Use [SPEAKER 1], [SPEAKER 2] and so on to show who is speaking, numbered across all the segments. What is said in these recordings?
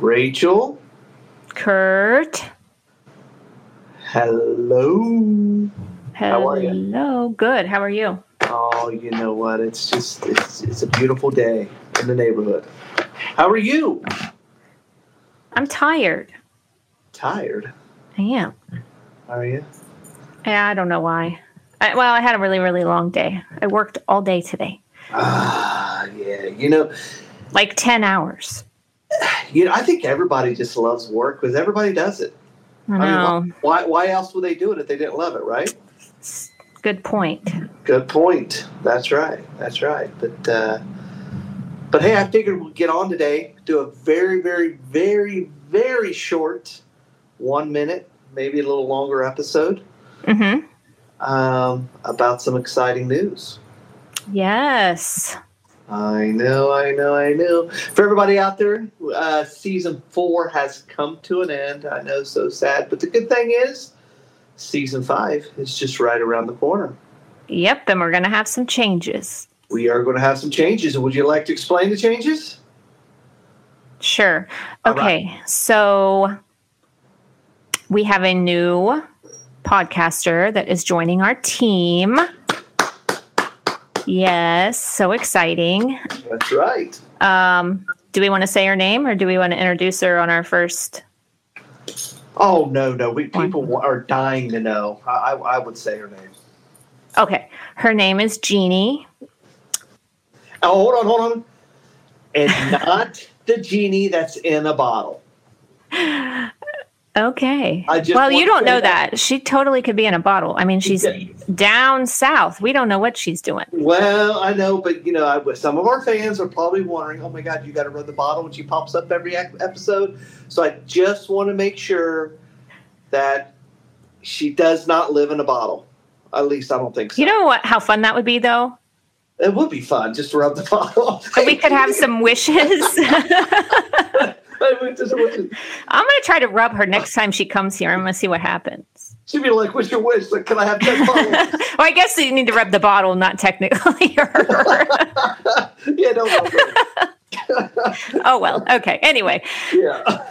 [SPEAKER 1] Rachel.
[SPEAKER 2] Kurt.
[SPEAKER 1] Hello.
[SPEAKER 2] Hello.
[SPEAKER 1] are you?
[SPEAKER 2] Good. How are you?
[SPEAKER 1] Oh, you know what? It's just it's, it's a beautiful day in the neighborhood. How are you?
[SPEAKER 2] I'm tired.
[SPEAKER 1] Tired.
[SPEAKER 2] I am.
[SPEAKER 1] Are you?
[SPEAKER 2] Yeah, I don't know why. I, well, I had a really, really long day. I worked all day today,
[SPEAKER 1] Ah, yeah. You know,
[SPEAKER 2] like 10 hours.
[SPEAKER 1] you know. I think everybody just loves work because everybody does it.
[SPEAKER 2] I
[SPEAKER 1] mean,
[SPEAKER 2] know.
[SPEAKER 1] why? Why else would they do it if they didn't love it, right?
[SPEAKER 2] S- Good point.
[SPEAKER 1] Good point. That's right. That's right. But uh, but hey, I figured we'll get on today. Do a very, very, very, very short, one minute, maybe a little longer episode
[SPEAKER 2] Mm-hmm.
[SPEAKER 1] um, about some exciting news.
[SPEAKER 2] Yes.
[SPEAKER 1] I know, I know, I know. For everybody out there, uh, season four has come to an end. I know, so sad. But the good thing is, season five is just right around the corner.
[SPEAKER 2] Yep. And we're going to have some changes.
[SPEAKER 1] We are going to have some changes. Would you like to explain the changes?
[SPEAKER 2] Sure.
[SPEAKER 1] All right.
[SPEAKER 2] Okay. So we have a new podcaster that is joining our team. Yes. So exciting.
[SPEAKER 1] That's right.
[SPEAKER 2] Um, do we want to say her name or do we want to introduce her on our first?
[SPEAKER 1] Oh no, no, we people wa- are dying to know. I, I, I would say her name.
[SPEAKER 2] Okay. Her name is Jeannie.
[SPEAKER 1] Oh, hold on, hold on, and not the genie that's in a bottle.
[SPEAKER 2] Okay.
[SPEAKER 1] I just
[SPEAKER 2] well,
[SPEAKER 1] want
[SPEAKER 2] you
[SPEAKER 1] to
[SPEAKER 2] don't
[SPEAKER 1] say
[SPEAKER 2] know
[SPEAKER 1] that.
[SPEAKER 2] that. She totally could be in a bottle. I mean, she's
[SPEAKER 1] Okay.
[SPEAKER 2] down south. We don't know what she's doing.
[SPEAKER 1] Well, I know, but you know, I, but some of our fans are probably wondering, "Oh my God, you got to run the bottle when she pops up every ep- episode." So I just want to make sure that she does not live in a bottle. At least I don't think so.
[SPEAKER 2] You know what? How fun that would be, though.
[SPEAKER 1] it would be fun just to rub the bottle.
[SPEAKER 2] We could have some wishes. I'm gonna try to rub her next time she comes here. I'm gonna see what happens.
[SPEAKER 1] She'd be like, "What's your wish? Like, can I have ten bottles?"
[SPEAKER 2] well, I guess you need to rub the bottle, not technically her.
[SPEAKER 1] yeah, no, no, no.
[SPEAKER 2] oh well. Okay. Anyway,
[SPEAKER 1] yeah.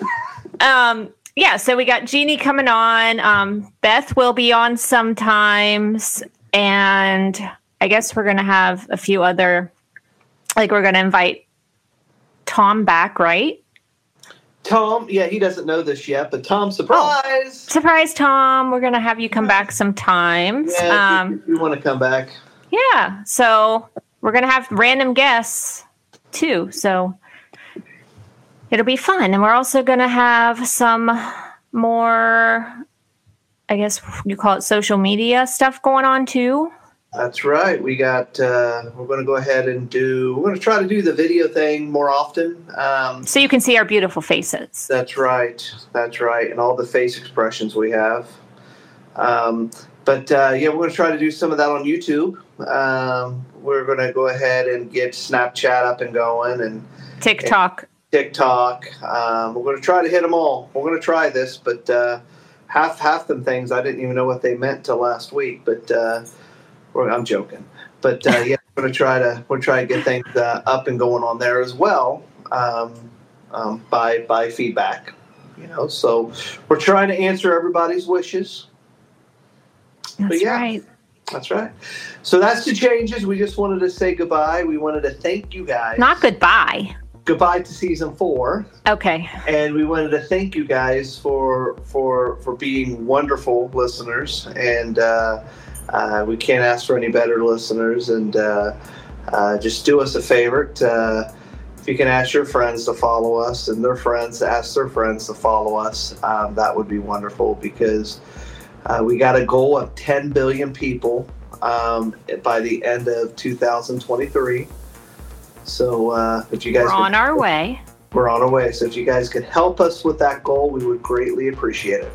[SPEAKER 2] um, yeah. So we got Jeannie coming on. Um, Beth will be on sometimes, and I guess we're gonna have a few other. Like we're gonna invite Tom back, right?
[SPEAKER 1] Tom, yeah, he doesn't know this yet, but Tom, surprise!
[SPEAKER 2] Surprise, Tom. We're gonna have you come back sometimes.
[SPEAKER 1] Yeah,
[SPEAKER 2] Um,
[SPEAKER 1] if you want to come back.
[SPEAKER 2] Yeah. So we're going to have random guests too. So it'll be fun. And we're also going to have some more, I guess you call it social media stuff going on too.
[SPEAKER 1] That's right. We got. Uh, we're going to go ahead and do. We're going to try to do the video thing more often. Um,
[SPEAKER 2] So you can see our beautiful faces.
[SPEAKER 1] that's right. That's right. And all the face expressions we have. Um, but uh, yeah, we're going to try to do some of that on YouTube. Um, we're going to go ahead and get Snapchat up and going and
[SPEAKER 2] TikTok.
[SPEAKER 1] TikTok. Um, we're going to try to hit them all. We're going to try this, but uh, half half them things I didn't even know what they meant till last week. But uh, we're, I'm joking. But uh, yeah, we're going to try to we're try to get things uh, up and going on there as well um, um, by by feedback. You know, so we're trying to answer everybody's wishes.
[SPEAKER 2] That's
[SPEAKER 1] yeah.
[SPEAKER 2] right.
[SPEAKER 1] That's right. So that's the changes. We just wanted to say goodbye. We wanted to thank you guys.
[SPEAKER 2] Not goodbye.
[SPEAKER 1] Goodbye to season four.
[SPEAKER 2] Okay.
[SPEAKER 1] and we wanted to thank you guys for for for being wonderful listeners and uh, uh, we can't ask for any better listeners and uh, uh, just do us a favor uh, if you can ask your friends to follow us and their friends to ask their friends to follow us um, that would be wonderful because uh, we got a goal of 10 billion people um, by the end of 2023 so uh, if you guys
[SPEAKER 2] We're
[SPEAKER 1] could-
[SPEAKER 2] on our way.
[SPEAKER 1] we're on our way. So if you guys could help us with that goal, we would greatly appreciate it.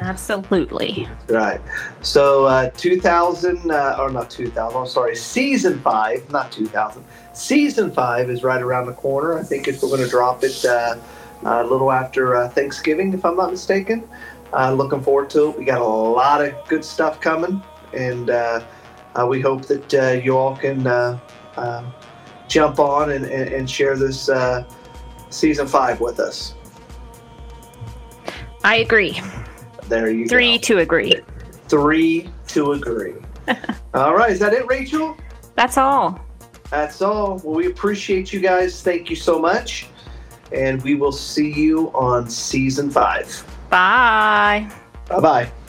[SPEAKER 2] Absolutely.
[SPEAKER 1] Right. So uh, 2000, uh, or not 2000, I'm sorry, season five, not 2000. Season five is right around the corner. I think if we're going to drop it uh, a little after uh, Thanksgiving, if I'm not mistaken. Uh, looking forward to it. We got a lot of good stuff coming, and uh, uh, we hope that uh, you all can uh, uh, jump on and, and, and share this uh, season five with us.
[SPEAKER 2] I agree.
[SPEAKER 1] There you
[SPEAKER 2] Three
[SPEAKER 1] go.
[SPEAKER 2] to agree.
[SPEAKER 1] Three to agree. All right, is that it, Rachel?
[SPEAKER 2] That's all.
[SPEAKER 1] That's all. Well, we appreciate you guys. Thank you so much. And we will see you on season five.
[SPEAKER 2] Bye.
[SPEAKER 1] Bye bye.